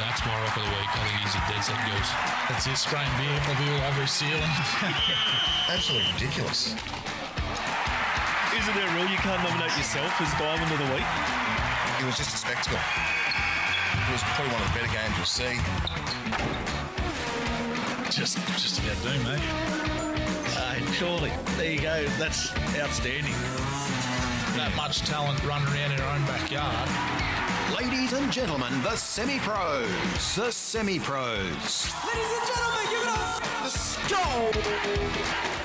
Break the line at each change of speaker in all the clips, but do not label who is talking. Not tomorrow for the week. I think he's a dead set goose.
That's the Australian vehicle view over his ceiling.
Absolutely ridiculous.
Isn't there a rule you can't nominate yourself as Diamond of the Week?
It was just a spectacle. It was probably one of the better games you'll see.
just, just about doom, mate.
Uh, surely. There you go. That's outstanding.
That much talent running around in our own backyard.
Ladies and gentlemen, the semi pros. The semi pros.
Ladies and gentlemen, give it up.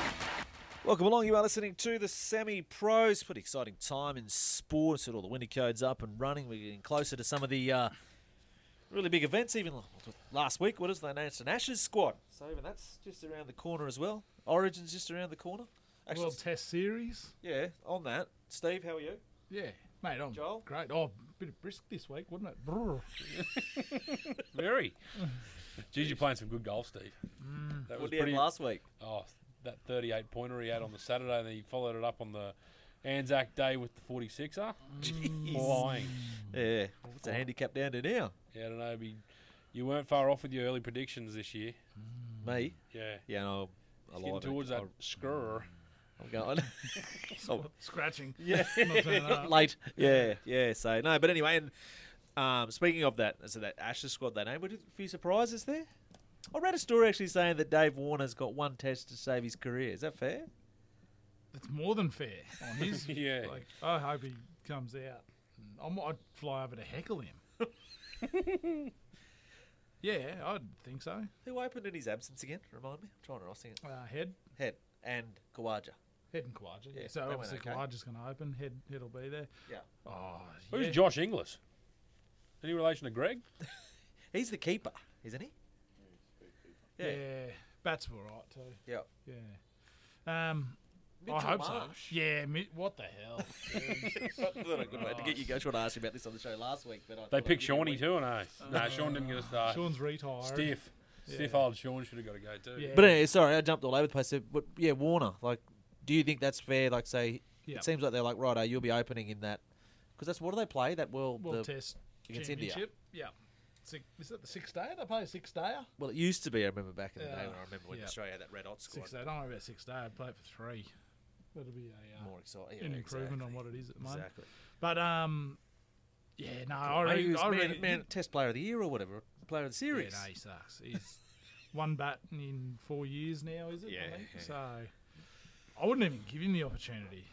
Welcome along. You are listening to the Semi Pros. Pretty exciting time in sport. Set all the winter codes up and running. We're getting closer to some of the uh, really big events. Even last week, what is they announced an Ashes squad. So even that's just around the corner as well. Origins just around the corner. Actually,
World Test Series.
yeah. On that, Steve, how are you?
Yeah, mate, I'm
Joel?
great. Oh, bit of brisk this week, wasn't it? Brr.
Very. Geez, you're playing some good golf, Steve. That
What did you have last week?
Oh, that 38 pointer he had on the Saturday, and then he followed it up on the Anzac Day with the 46er. Flying.
Mm. Yeah. What's the handicap down to now?
Yeah, I don't know. Be, you weren't far off with your early predictions this year.
Mm. Me?
Yeah.
Yeah. No, I'm
It's
alive.
Getting towards that
I'm Mm.
scorer.
I'm going. Oh,
Scratching.
Yeah.
Not turning up.
late. Yeah, yeah. So no, but anyway, and um, speaking of that, so that Ashes squad they named. Were there a few surprises there? I read a story actually saying that Dave Warner's got one test to save his career. Is that fair?
It's more than fair on his.
Yeah.
Like, I hope he comes out. And I might fly over to heckle him. yeah, I'd think so.
Who opened in his absence again? Remind me. I'm trying to Aussie it.
Uh, head,
Head and Kawaja.
head and Kawaja. Yeah,
Yeah,
so
they
obviously
went okay.
Kawaja's going to open. Head, head will be there.
Yeah.
Oh, yeah.
Who's Josh Inglis? Any relation to Greg?
He's the keeper, isn't he?
Yeah. bats were right too.
Yeah.
Yeah. Um, I
Mitchell
hope
Marsh.
so. Yeah. Mi- what the hell?
Not a good way to get you going. Trying to ask you about this on the show last week, but I
They
thought
picked
I'd give you a
Shawnee
week.
too, and I. No, Oh, Sean didn't get a start.
Uh, Sean's retired.
Stiff. Stiff old Sean should have got a go too.
Yeah.
But anyway, sorry, I jumped all over the place. there, But yeah, Warner. Like, do you think that's fair? Like, say,
Yeah.
it seems like they're like, right, you'll be opening in that because that's what do they play? That world,
World
the,
Test
against India.
Championship. Yeah. Six, is that the sixth day? They play a six dayer.
Well, it used to be. I remember back in the day
Yeah.
when I remember when
Yeah.
Australia had that red hot squad.
Six day. I don't know about six day. I play it for three. That'll be a, uh,
More exciting,
an improvement on what it is at the moment.
Exactly.
But um, yeah, no, I
Maybe he
read.
was
I
man,
read
man- Test Player of the Year or whatever, Player of the
yeah,
Series.
no, he sucks. He's one bat in four years now, is it? I
Yeah,
think?
yeah.
So I wouldn't even give him the opportunity.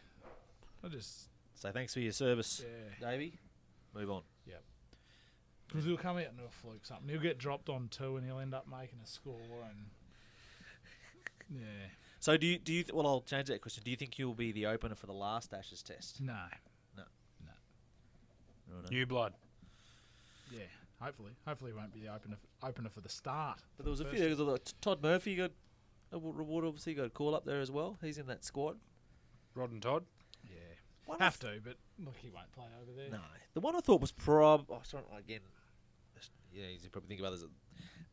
I just
So thanks for your service,
Yeah.
Davey. Move on.
because he'll come out and he'll fluke something. He'll get dropped on two, and he'll end up making a score. And yeah,
So do you do you? Th- well, I'll change that question. Do you think you'll be the opener for the last Ashes Test?
no,
New blood.
yeah. Hopefully, hopefully, he won't be the opener opener for the start.
But there was a few. There was a, Todd Murphy got a w- reward. Obviously, got a call up there as well. He's in that squad.
Rod and Todd.
Yeah,
One I
have to, but look, he won't play over there.
No, the one I thought was prob. Oh, sorry, again. just- Yeah, you should probably think about this.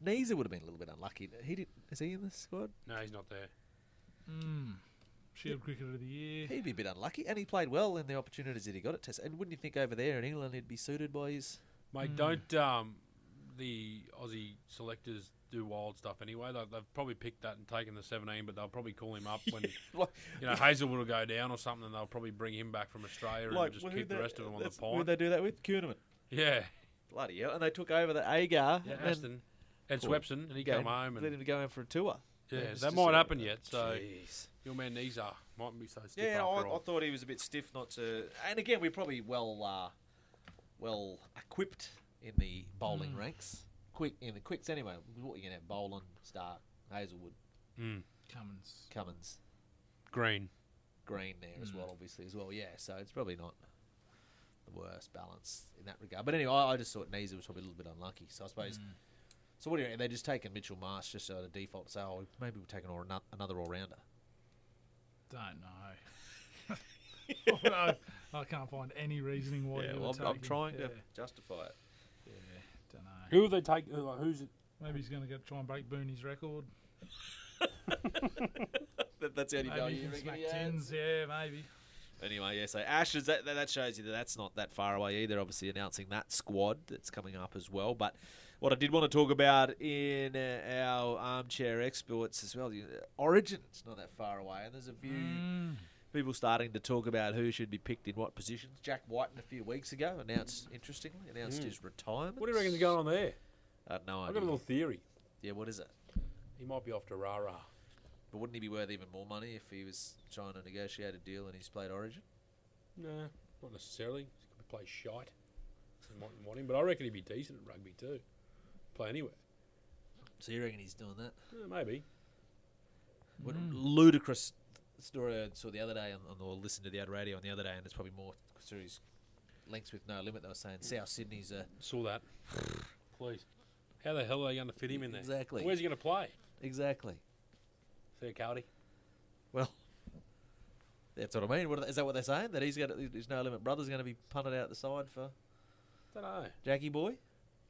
Neeser would have been a little bit unlucky. He did. Is he in the squad?
No, he's not there.
Shield cricketer Hmm, of the year.
He'd be a bit unlucky, and he played well in the opportunities that he got at Test. And wouldn't you think over there in England he'd be suited by his? Hmm.
Mate, don't um, the Aussie selectors do wild stuff anyway? They, they've probably picked that and taken the 17, but they'll probably call him up when
Like,
you know Hazelwood will go down or something, and they'll probably bring him back from Australia
like who'd
and just keep the
they-
rest of them on the
that's- Who'd
pine.
they do that with? Kuhneman.
yeah,
Bloody hell! And they took over the Agar.
yeah,
and then
Aston Ed
Cool.
Swepson, and he
go and
came home,
Let
and
him go in for a tour.
yeah,
it's
that
just
might
a-
happen yet. So
Jeez.
your man Nizar mightn't be so stiff.
Yeah,
after
I,
all.
I thought he was a bit stiff not to. And again, we're probably well, uh, well equipped in the
Mm.
bowling ranks. Quick in the quicks anyway. What you gonna have? Boland, Stark, Hazelwood,
Mm.
Cummins.
Cummins,
Green.
Green there
Mm.
as well, obviously as well. Yeah, so it's probably not the worst balance in that regard. But anyway, I, I just thought Neeser was probably a little bit unlucky. So I suppose.
Mm.
So what do you reckon? They just taken Mitchell Marsh just out of default. So oh, maybe we're taking all, another all rounder.
Don't know. I, I can't find any reasoning why you would take him. yeah,
justify it.
Don't know.
Who have they take? uh, Like, who's it?
Maybe he's going to go try and break Booney's record.
That, that's the only
Maybe
value.
he
you
can
reckon
smack
he adds.
tins. Yeah, maybe.
Anyway, yeah, so Ashes, that, that, that shows you that that's not that far away either. Obviously, announcing that squad that's coming up as well. But What I did want to talk about in uh, our armchair experts as well, you- Origin's not that far away, and there's a few
Mm.
people starting to talk about who should be picked in what positions. Jack Whiten a few weeks ago announced, interestingly, announced his retirement.
What do you reckon's going on there?
I had no
Mm. I've
idea.
got a little theory.
Yeah, what is it?
He might be off to Rara.
But wouldn't he be worth even more money if he was trying to negotiate a deal and he's played Origin?
No, not necessarily. He could play shite. They mightn't want him, but I reckon he'd be decent at rugby too. Play anywhere.
So you reckon he's doing that?
Yeah, maybe.
What a ludicrous story I saw the other day, on, on, or listened to the ad radio on the other day, and it's probably more through his links with No Limit. They were saying South Sydney's uh, a
Saw that. Please. How the hell are they going to fit him in there?
Exactly.
Where's he going to play?
exactly.
See Cardi.
Well, that's what I mean. What are they- is that what they're saying? That he's going to, his No Limit brother's going to be punted out the side for
Don't know.
Jackie Boy?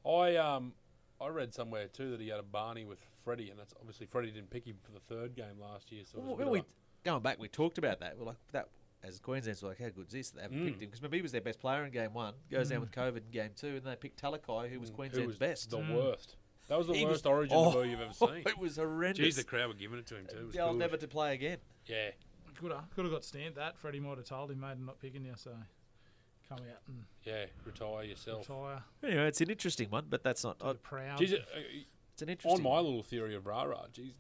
I um I read somewhere too that he had a Barney with Freddie, and that's obviously Freddie didn't pick him for the third game last year. So it was a
Well,
bit of
we,
a-
going back, we talked about that. We're like that as Queenslanders. We're like, how good is this? They haven't
Mm.
picked him because maybe he was their best player in game one. Goes down with COVID in game two, and they picked Talakai, who was
Mm. who
Queensland's
was
best.
the
Mm.
worst. That was the
He was-
worst Origin
Oh,
debut you've ever seen.
It was horrendous.
Jeez, the crowd were giving it to him too. It was
They'll
good.
never to play again.
Yeah,
Could have, could have got stamped that. Freddie might have told him, mate, I'm not picking you, so come out and
yeah. Retire yourself.
retire
Anyway, it's an interesting one, but that's not.
to the proud.
Jeez, uh, uh,
it's an
on
interesting.
my
one.
little theory of Rara, geez,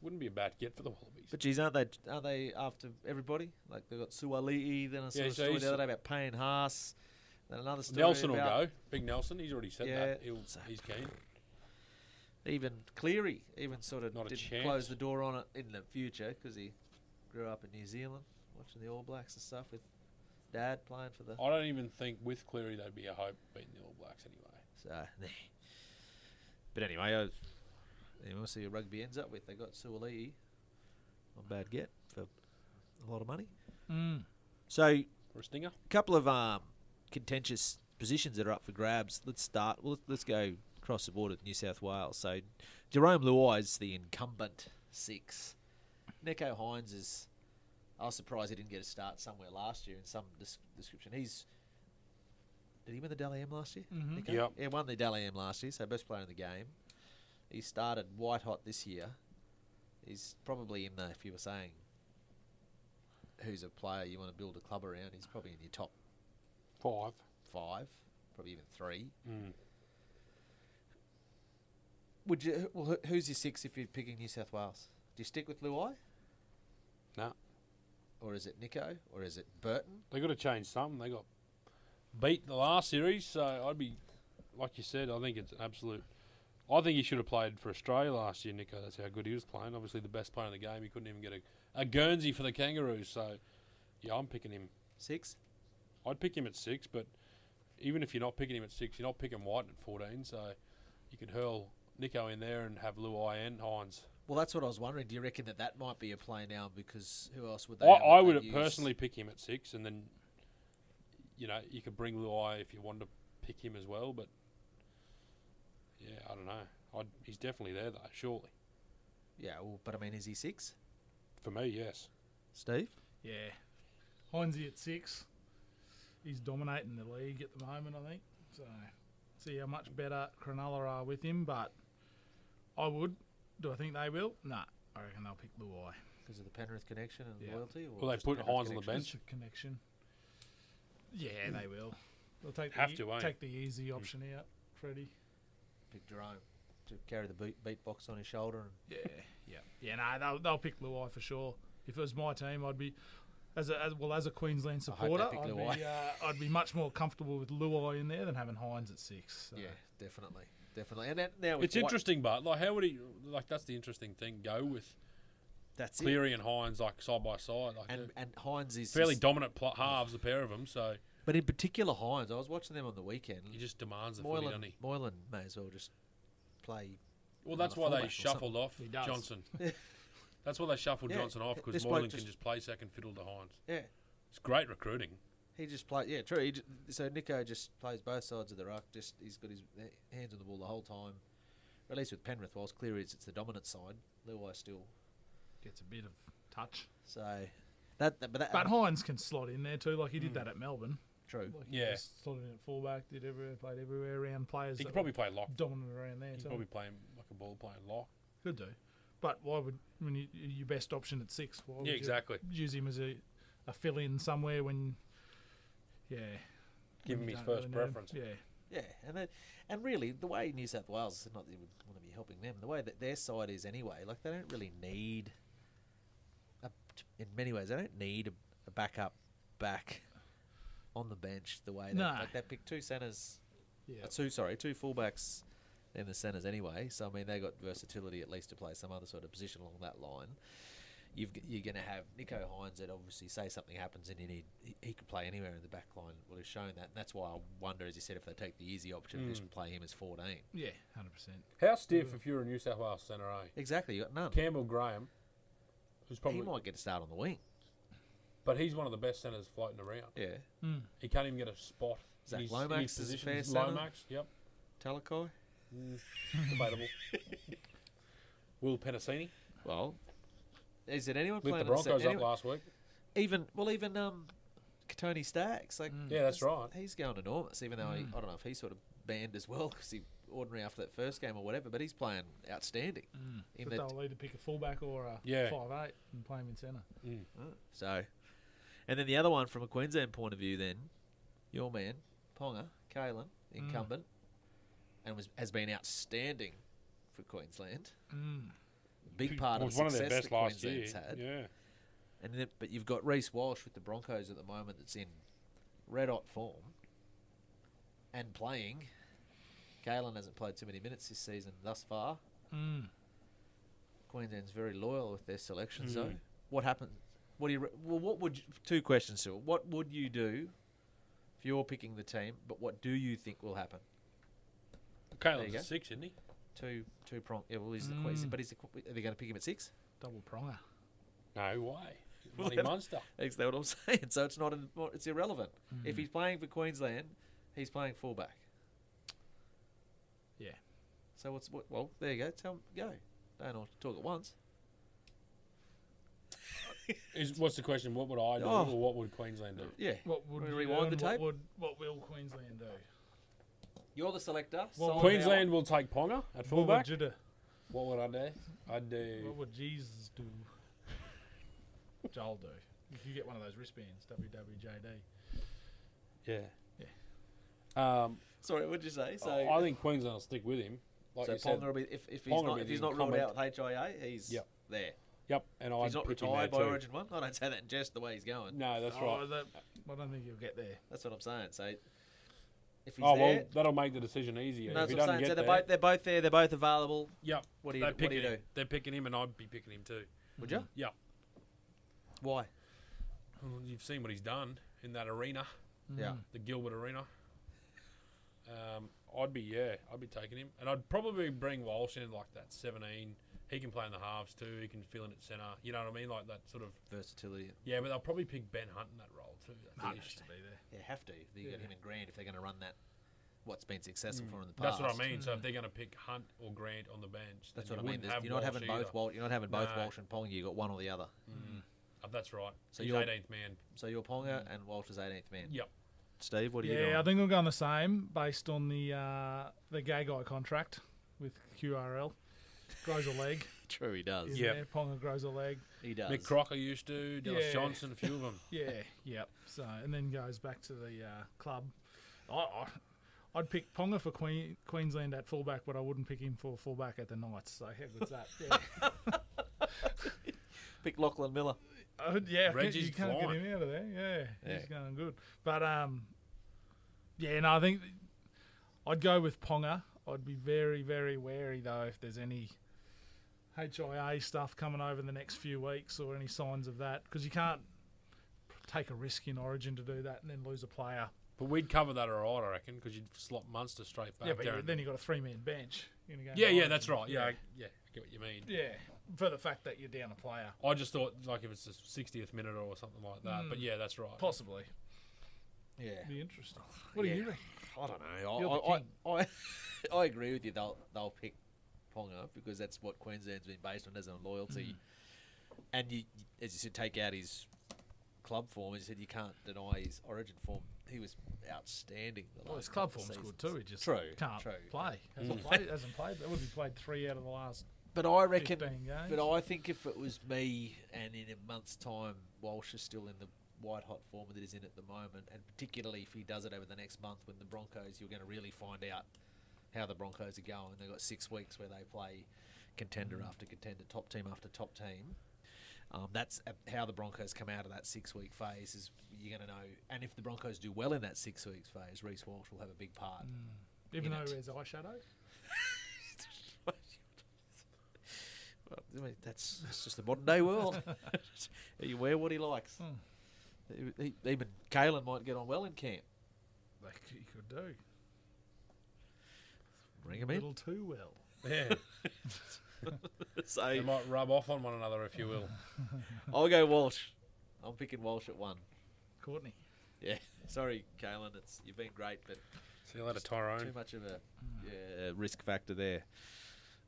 wouldn't be a bad get for the Wallabies.
But geez, aren't they aren't they after everybody? Like they've got Suwali'i, then I saw
Yeah,
a
so
story
he's-
the other day about Payne Haas, then another story
Nelson will
about
go. Big Nelson, he's already said that.
Yeah,
He'll,
so-
he's keen.
even Cleary, even sort of
Not a
didn't
chance.
close the door on it in the future because he grew up in New Zealand watching the All Blacks and stuff with dad playing for the.
I don't even think with Cleary they'd be a hope beating the All Blacks anyway.
So, nah. but anyway, I was, anyway, we'll see who rugby ends up with. They got Suwali'i, not a bad get for a lot of money.
Mm.
So
Or a stinger.
couple of um, contentious positions that are up for grabs. Let's start. Well, let's- let's go across the border to New South Wales. So Jerome Luai is the incumbent six. Neko Hines is. I was surprised he didn't get a start somewhere last year in some dis- description. He's. Did he win the Dally M last year?
mm-hmm.
Nico?
Yep.
Yeah, won the Dally M last year, so best player in the game. He started white hot this year. He's probably in the, if you were saying who's a player you want to build a club around, he's probably in your top
Five. Mm.
five, probably even three. Would you? Well, who- who's your six if you're picking New South Wales? Do you stick with Luai,
No.
or is it Nico, or is it Burton?
They got to change something. They got beat the last series, so I'd be like you said. I think it's an absolute. I think he should have played for Australia last year, Nico. That's how good he was playing. Obviously, the best player in the game. He couldn't even get a, a Guernsey for the Kangaroos. So, yeah, I'm picking him.
Six.
I'd pick him at six, but even if you're not picking him at six, you're not picking White at 14. So, you could hurl Nico in there and have Luai and Hines.
Well, that's what I was wondering. Do you reckon that that might be a play now? Because who else would
I,
they? have that
I
they'd
would
use?
personally pick him at six, and then you know you could bring Luai if you wanted to pick him as well. But yeah, I don't know. I'd, he's definitely there though, surely
Yeah, well, but I mean, is he six?
for me. Yes,
Steve.
Yeah. Heinze at six. He's dominating the league at the moment, I think. So, see how much better Cronulla are with him, but I would. Do I think they will? Nah, I reckon they'll pick Luai.
Because of the Penrith connection and
Yeah.
loyalty? Or
Well, they
just
put
Penrith
Hines on the
connection?
bench.
Just a connection. Yeah, they will. They'll take
Have
the, e-
to, won't
take the easy option out, Freddie.
Pick Jerome to carry the beat, beat box on his shoulder. And
Yeah, yeah, yeah. No, they'll, they'll pick Luai for sure. If it was my team, I'd be as, a, as well as a Queensland
hope they
supporter.
pick
I'd
Luai.
be, uh, I'd be much more comfortable with Luai in there than having Hines at six. So.
yeah, definitely, definitely. And that, now with
it's
White-
interesting, but like, how would he like? That's the interesting thing. Go with
That's it.
Cleary and Hines like side by side, like
And
they're
and Hines is
fairly
just-
dominant pl- halves, the pair of them. So
But in particular, Hines. I was watching them on the weekend.
he just demands the footy, doesn't
Moylan,
he?
Moylan may as well just play.
Well, that's
another
why
fullback
they
or
shuffled off
He does.
Johnson. That's why they shuffled
Yeah,
Johnson off
this
because
bloke
Moylan
just-
can just play second fiddle to Hines.
Yeah,
It's great recruiting.
he just played. Yeah, true. He ju- so Nico just plays both sides of the ruck. Just he's got his eh, hands on the ball the whole time. Or at least with Penrith, whilst Clear is it's the dominant side. Luai still.
gets a bit of touch.
So that, that- but that
But Hines can slot in there too, like he did that at Melbourne.
True.
Like
Hmm. Yeah.
He just slotted in at fullback, did everywhere, played everywhere around players.
He
that
could
were
probably play lock.
dominant around there.
He could
too.
probably play him like a ball playing lock.
could do, but why would when you your best option at six? Why would
Yeah,
you
exactly.
Use him as a, a fill in somewhere when, yeah.
Give
when
him
you don't
his first
really need him.
preference.
Yeah.
Yeah, and then, and really, the way New South Wales, not that you would want to be helping them, the way that their side is anyway, like they don't really need, a, in many ways, they don't need a, a backup back on the bench the way they,
No.
like they pick two centres,
Yeah.
uh, two sorry, two fullbacks, in the centres anyway. So I mean, they got versatility at least to play some other sort of position along that line. You've, g- you're going to have Nico Hines that obviously say something happens and you need he, he can play anywhere in the back line. Well, he's shown that. And that's why I wonder, as you said, if they take the easy option and
Mm.
just play him as 14.
Yeah. Hundred percent.
How stiff if you're a New South Wales centre A?
Mm. Exactly, you got none.
Campbell Graham, who's
he
probably,
might get a start on the wing.
but he's one of the best centres floating around.
Yeah,
He can't even get a spot. in
Zach
his- in
Lomax
his
is a
position.
fair centre.
Lomax, yep, Mm.
Talakai.
debatable. Will Penasini
Well, is it anyone
lit the
playing on
Broncos
anyway,
up last week.
Even well, even um, Katoni Stacks. Like
Mm.
Yeah, that's right.
Mm.
Mm.
he's going enormous. Even though he, I don't know if he sort of banned as well because he ordinary after that first game or whatever. But he's playing outstanding.
Mm.
In
But
the,
they'll either pick a fullback or a
Yeah. Mm.
five eight and play him in centre.
so, and then the other one from a Queensland point of view, then your man Ponga Kalen, incumbent, and was has been outstanding for Queensland. Big part of
was
the
one of
success
their best
that
last year.
Queensland's had.
Yeah,
And then, but you've got Reese Walsh with the Broncos at the moment that's in red hot form and playing. Galen hasn't played too many minutes this season thus far.
Mm.
Queensland's very loyal with their selections,
Hmm.
though. What happened? What do you? re- Well, what would you, two questions to it? What would you do if you're picking the team? But what do you think will happen?
Caelan's
you
a
go.
six, isn't he? Hmm.
Two two prong. Yeah, well, he's the Queens, but he's the, que- are they going to pick him at six?
Double pronger.
No way.
Well,
Bloody
that-
monster. Hmm.
That's what I'm saying. So it's not. im- It's irrelevant. If he's playing for Queensland, he's playing fullback.
Yeah.
So what's what? Well, there you go. Tell him go. Don't all talk at once.
Is, what's the question? What would I do,
Oh.
or what would Queensland do?
Yeah.
What would
Wanna
you
rewind
do
the
and
tape?
What, would, what will Queensland do?
You're the selector.
Well,
sole
Queensland will take Ponga at
What
fullback.
would you do?
What would I do? I'd do.
What would Jesus do? Joel do? If you get one of those wristbands, WWJD.
Yeah. Yeah. Um,
power. Sorry, what'd you say? So,
I think Queensland will stick with him. Like
so
you said.
Ponga will be if, if he's
Ponga will
not
be
if he's
the
not ruled out
incumbent.
with HIA, he's
Yep.
there.
Yep. And
If
I'd
he's not
pick him there
retired by
too.
Origin One. I don't say that in jest. The way he's going.
No, that's
Oh,
right.
that, I don't think you'll get there.
That's what I'm saying. So if he's
Oh
there,
well, that'll make the decision easier.
no,
if
that's
he
what I'm saying.
doesn't
So
get
they're
there,
both, they're both there. They're both available.
yep.
What do you-
They're
what do you
picking him.
do?
They're picking him, and I'd be picking him too.
Would you?
Yeah.
Why?
Well, you've seen what he's done in that arena,
Yeah.
the Gilbert Arena. Um, I'd be yeah, I'd be taking him, and I'd probably bring Walsh in like that seventeen. He can play in the halves too. He can fill in at centre. You know what I mean? Like that sort of
Versatility.
yeah. But they'll probably pick Ben Hunt in that role too. That's, the
It
issue.
should be there.
They have to. You got him and Grant if they're going to run that. What's been successful for 'em in the
Hmm. That's
past?
what I mean. So if they're going to pick Hunt or Grant on the bench,
That's
then
what I mean.
you wouldn't
There's-
have
You're not
Walsh
having both.
either.
Wal- you're not having both
No.
Walsh and Ponga. You got one or the other.
Oh, that's right.
So
So he's
you're-
18th man. Mm.
So you're Ponga and Walsh is 18th man.
Yep.
Steve, what are you
Yeah,
doing?
I think I'm going the same based on the uh, the gay guy contract with QRL. Grows a leg.
True, he does.
isn't
Yep.
there? Ponga grows a leg.
He does.
Nick Crocker used to, Dallas
Yeah.
Johnson, a few of them.
Yeah, yep. So and then goes back to the uh, club. I, I, I'd pick Ponga for Queen, Queensland at fullback, but I wouldn't pick him for fullback at the Knights. So how good's that? Yeah,
Pick Lachlan Miller.
I would- Oh, Uh, yeah I can't-
Reggie's
you can't
flying.
get him out of there. Yeah,
Yeah.
he's going good. But um, yeah, no, I think I'd go with Ponga. I'd be very, very wary though if there's any HIA stuff coming over the next few weeks or any signs of that, because you can't take a risk in Origin to do that and then lose a player.
But we'd cover that all right, I reckon, because you'd slot Munster straight back
Yeah, but
there.
you-
and-
then you got a three man bench. You're gonna go
yeah, yeah,
nine.
that's right. Yeah, I- yeah, I get what you mean.
yeah. For the fact that you're down a player,
I just thought, like, if it's the 60th minute or something like that.
Mm.
But yeah, that's right.
possibly.
Yeah.
Be interesting. What do you reckon?
I don't know. I- I, I, I, I agree with you. They'll they'll pick Ponga because that's what Queensland's been based on as a loyalty.
Mm.
And you, as you said, take out his club form. As you said, you can't deny his origin form he was outstanding. the
Well,
last
his club
couple
form's
of
good
seasons.
too. He just
True,
can't
true.
play. Hasn't played. Hasn't played. That would be played three out of the last.
Mm. But I reckon.
15 games.
But I think if it was me, and in a month's time, Walsh is still in the white hot form that he's in at the moment, and particularly if he does it over the next month when the Broncos, you're going to really find out how the Broncos are going. They've got six weeks where they play contender
Mm.
after contender, top team after top team. Um, that's uh, how the Broncos come out of that six-week phase. Is you're going to know, and if the Broncos do well in that six-week phase, Reese Walsh will have a big part.
Mm. Even
In
though
it.
he wears eyeshadow,
Well, I mean, that's, that's just the modern day world. you wear what he likes. E- e- Even Kalen might get on well in camp.
like he could do
Bring
a
him in.
little too well.
Yeah,
So
they might rub off on one another, if you will.
I'll go Walsh. I'm picking Walsh at one.
Courtney,
Yeah. Sorry, Kalen. It's you've been great, but
See you later,
too
Tyrone.
much of a yeah, risk factor there.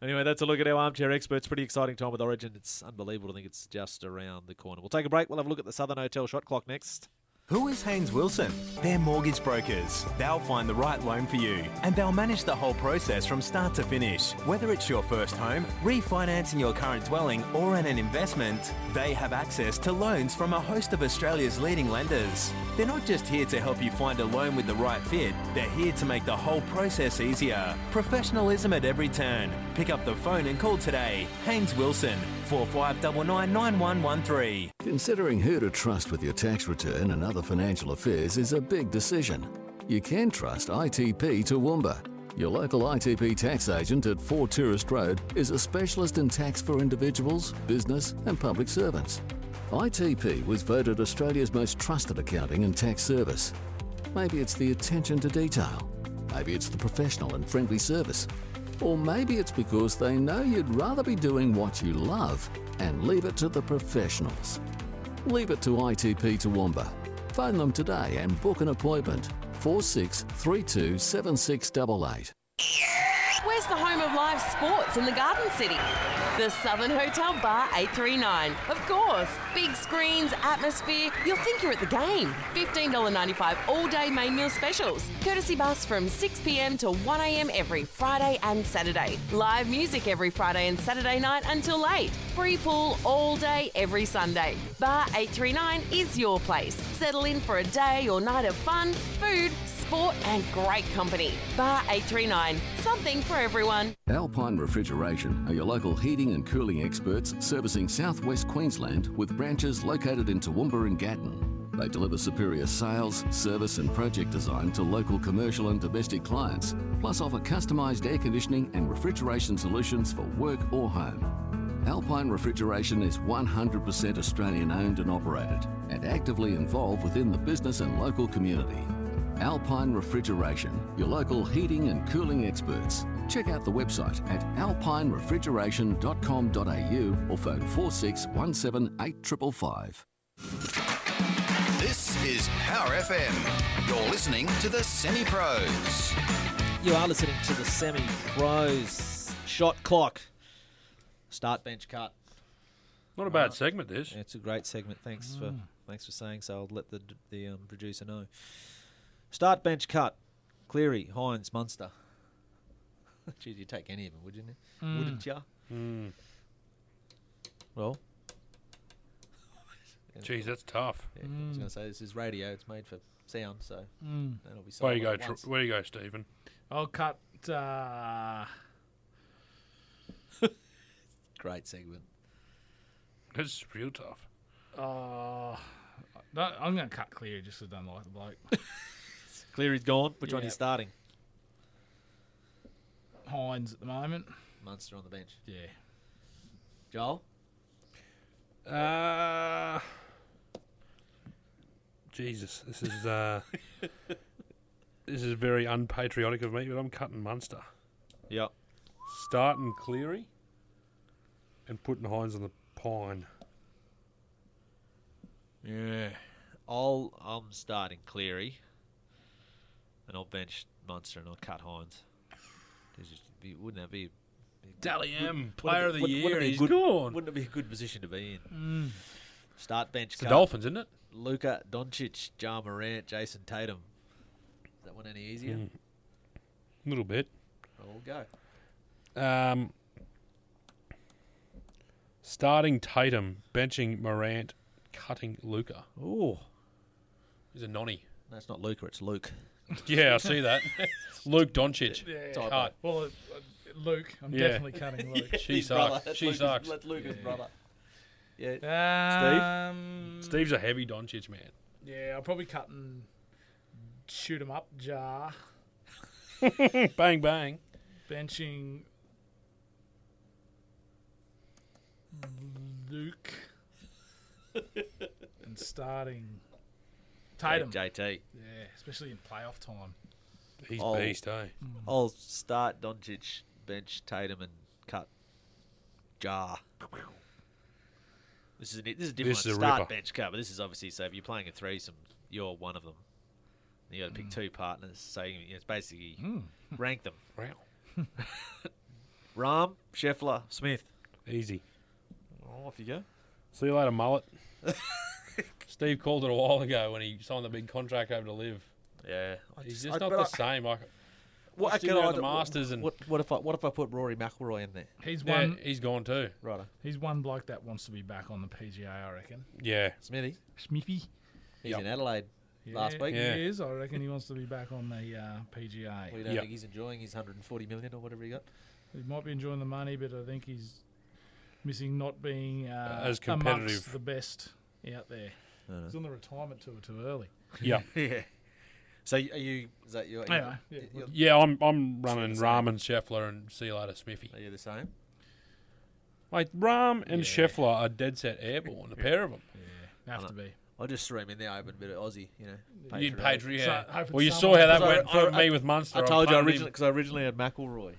Anyway, that's a look at our armchair experts. Pretty exciting time with Origin. It's unbelievable. I think it's just around the corner. We'll take a break. We'll have a look at the Southern Hotel shot clock next.
Who is Haynes Wilson? They're mortgage brokers. They'll find the right loan for you and they'll manage the whole process from start to finish. Whether it's your first home, refinancing your current dwelling, or an investment, they have access to loans from a host of Australia's leading lenders. They're not just here to help you find a loan with the right fit, they're here to make the whole process easier. Professionalism at every turn. Pick up the phone and call today. Haynes Wilson, 4599 9113.
Considering who to trust with your tax return and other financial affairs is a big decision. You can trust ITP Toowoomba. Your local ITP tax agent at 4 Tourist Road is a specialist in tax for individuals, business, and public servants. ITP was voted Australia's most trusted accounting and tax service. Maybe it's the attention to detail. Maybe it's the professional and friendly service. Or maybe it's because they know you'd rather be doing what you love and leave it to the professionals. Leave it to ITP Toowoomba. Phone them today and book an appointment. 4632 7688.
Where's the home of live sports in the Garden City? The Southern Hotel Bar 839. Of course, big screens, atmosphere, you'll think you're at the game. $15.95 all day main meal specials. Courtesy bus from 6pm to 1am every Friday and Saturday. Live music every Friday and Saturday night until late. Free pool all day every Sunday. Bar 839 is your place. Settle in for a day or night of fun, food, sport, and great company. Bar 839, something for everyone.
Alpine Refrigeration are your local heating and cooling experts servicing southwest Queensland with branches located in Toowoomba and Gatton. They deliver superior sales, service, and project design to local commercial and domestic clients, plus offer customised air conditioning and refrigeration solutions for work or home. Alpine Refrigeration is 100% Australian owned and operated and actively involved within the business and local community. Alpine Refrigeration, your local heating and cooling experts. Check out the website at alpinerefrigeration.com.au or phone 4617 8555.
This is Power FM. You're listening to the Semi Pros.
You are listening to the Semi Pros Shot Clock. Start bench cut.
Not a bad segment, this. Mm.
Yeah, it's a great segment. Thanks for thanks for saying so. I'll let the the um, producer know. Start bench cut. Cleary, Hines, Munster. Geez, you'd take any of them, wouldn't you?
Mm.
Wouldn't ya? Well,
Jeez, that's tough. Mm.
yeah, I was going to say this is radio. It's made for sound, so that'll be
Where
sold
you
all
go,
at
tr-
once.
where you go, Stephen?
I'll cut. Uh,
Great segment.
This is real tough.
uh, no, I'm going to cut clear just 'cause I don't like the bloke.
Cleary's gone. Which one are
Yeah.
you starting?
Hines at the moment.
Munster on the bench.
Yeah.
Joel.
Uh, Jesus, this is uh, this is very unpatriotic of me, but I'm cutting Munster,
Yep.
starting Cleary, and putting Hines on the pine.
Yeah. I'll I'm starting Cleary. And I'll bench Munster and I'll cut Hines. This is- be- wouldn't that be
Dally M,
wouldn't it be- wouldn't- wouldn't it be a
gone. Mm.
Wouldn't it be a good position to be in? Start bench.
It's the
cut.
Dolphins, isn't it?
Luka Doncic, Ja Morant, Jason Tatum. Is that one any easier?
Mm. A little bit.
I'll go.
Um, starting Tatum, benching Morant, cutting Luca.
Ooh.
He's a nonny.
No, it's not Luca, it's Luke.
Yeah, I see that. Luke Doncic.
Yeah,
Cut.
Well, uh, uh, Luke, I'm
Yeah.
definitely cutting Luke.
She
His brother.
sucks.
That's
She
Luca's-
sucks.
that's Luca's brother. Yeah.
Um,
Steve's a heavy Doncic man.
Yeah, I'll probably cut and shoot him up. Jar
bang bang.
benching Luke and starting Tatum.
JT.
Yeah, especially in playoff time.
He's
I'll- Hmm.
beast, eh?
I'll start Doncic, bench Tatum, and cut Jar. This is an, this is a different.
This
one.
is a
start
ripper.
bench cut, but this is obviously so. If you're playing a threesome, you're one of them. You got to
Hmm.
pick two partners. So you, it's basically rank them.
Wow.
Rahm, Scheffler, Smith.
Easy.
Oh, off you go.
See you later, mullet. Steve called it a while ago when he signed the big contract over to live.
Yeah.
He's
I-
just not
but
the
I-
same. I,
What
Let's do
can
it
I
on the
do- what-
Masters and-
what, what if I what if I put Rory McIlroy in there?
He's
yeah,
one.
he's gone too.
Right,
He's one bloke that wants to be back on the PGA. I reckon.
Yeah.
Smithy.
Smithy.
He's
Yep.
in Adelaide.
Yeah,
Last week.
he
Yeah.
is. I reckon he wants to be back on the uh, PGA.
We don't
Yep.
think he's enjoying his 140 million or whatever he got.
He might be enjoying the money, but I think he's missing not being uh,
As competitive.
amongst the best out there. He's on the retirement tour too early.
Yeah.
yeah. So y- are you? Is that your?
Anyway, yeah,
y-
we'll-
your-
Yeah, I'm I'm running
the same.
Rahm and Scheffler and see you later, Smithy.
are you the same?
Like Rahm and Scheffler are dead set airborne, a pair of them.
Have to be.
I just threw him in there, open a bit of Aussie, you know.
You
patriot.
paid yeah.
So, hope
well, you
it's
saw
someone-
how that
Because I-
went
I-
for me with Munster.
I told you
played him.
originally because I originally had McElroy.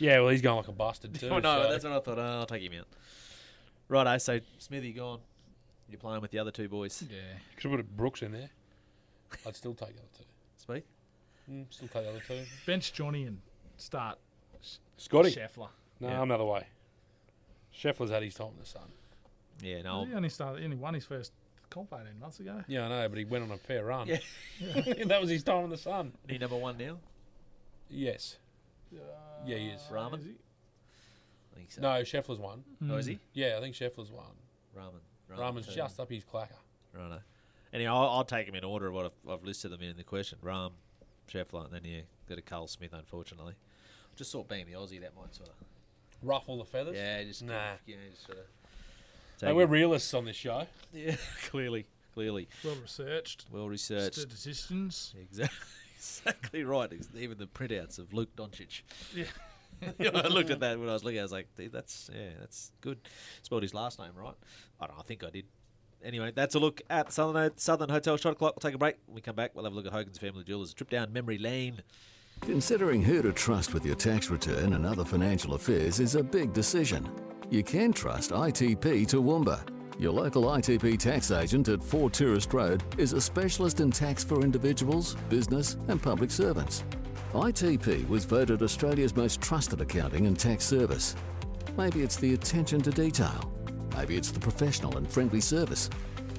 Yeah, well, he's going like a bastard too.
Oh no,
so-
that's what I thought. Oh, I'll take him out. Righto, so Smithy gone. You're playing with the other two boys.
Yeah.
Could have put Brooks in there. I'd still take the other two.
Speak.
Mm, still take the other two.
Bench Johnny and start
Scotty.
Scheffler.
No,
Yeah.
I'm the other way. Scheffler's had his time in the sun.
Yeah, no.
He only started. He only won his first comp eighteen months ago.
Yeah, I know, but he went on a fair run.
Yeah.
that was his time in the sun.
Any number one now?
Yes. yeah, he is.
Ramen.
Uh, Is he? Hmm.
I think so.
No, Scheffler's one.
Oh, is he?
Yeah, I think Scheffler's one.
Ramen.
Rahman's
two.
just up his clacker.
Righto. Anyway, I'll, I'll take them in order of what I've, I've listed them in the question. Rahm, Scheffler, and then yeah, got a Carl Smith, unfortunately. Just sort of being the Aussie, that might sort of.
Ruffle the feathers.
Yeah, just
nah.
kind of, you know, just sort of.
Hey, we're realists on this show.
yeah, clearly, clearly,
Well researched.
well researched.
Statisticians.
Exactly, exactly right. Ex- Even the printouts of Luke Doncic.
Yeah.
I looked at that when I was looking. I was like, "Dude, "That's yeah, that's good." Spelled his last name right. I don't. know, I think I did. Anyway, that's a look at Southern Southern Hotel Shot O'clock. We'll take a break. When we come back, we'll have a look at Hogan's Family Jewelers. A trip down memory lane.
Considering who to trust with your tax return and other financial affairs is a big decision. You can trust ITP Toowoomba. Your local ITP tax agent at 4 Tourist Road is a specialist in tax for individuals, business, and public servants. ITP was voted Australia's most trusted accounting and tax service. Maybe it's the attention to detail. Maybe it's the professional and friendly service.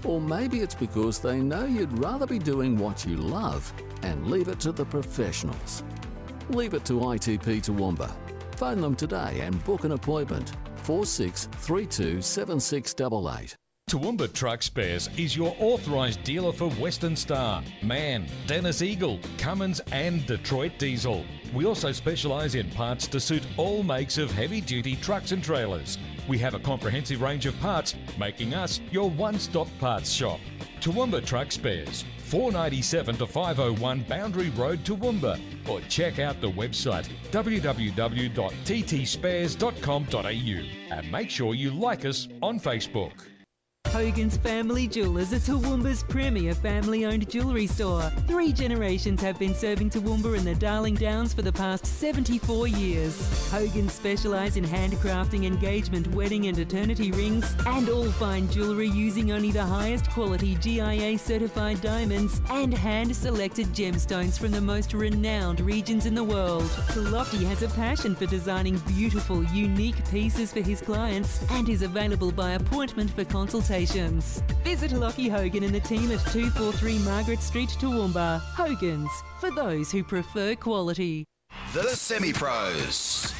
Or maybe it's because they know you'd rather be doing what you love and leave it to the professionals. Leave it to ITP Toowoomba. Phone them today and book an appointment. 4632 7688.
Toowoomba Truck Spares is your authorised dealer for Western Star, Man, Dennis Eagle, Cummins, and Detroit Diesel. We also specialise in parts to suit all makes of heavy duty trucks and trailers. We have a comprehensive range of parts, making us your one stop parts shop. Toowoomba Truck Spares, 497 to 501 Boundary Road, Toowoomba, or check out the website www.ttspares.com.au and make sure you like us on Facebook.
Hogan's Family Jewelers are Toowoomba's premier family owned jewellery store. Three generations have been serving Toowoomba and the Darling Downs for the past 74 years. Hogan specialise in handcrafting, engagement, wedding, and eternity rings, and all fine jewellery using only the highest quality GIA certified diamonds and hand selected gemstones from the most renowned regions in the world. Lofty has a passion for designing beautiful, unique pieces for his clients and is available by appointment for consultation. locations. Visit Lockie Hogan and the team at 243 Margaret Street, Toowoomba. Hogan's, for those who prefer quality.
The Semi Pros.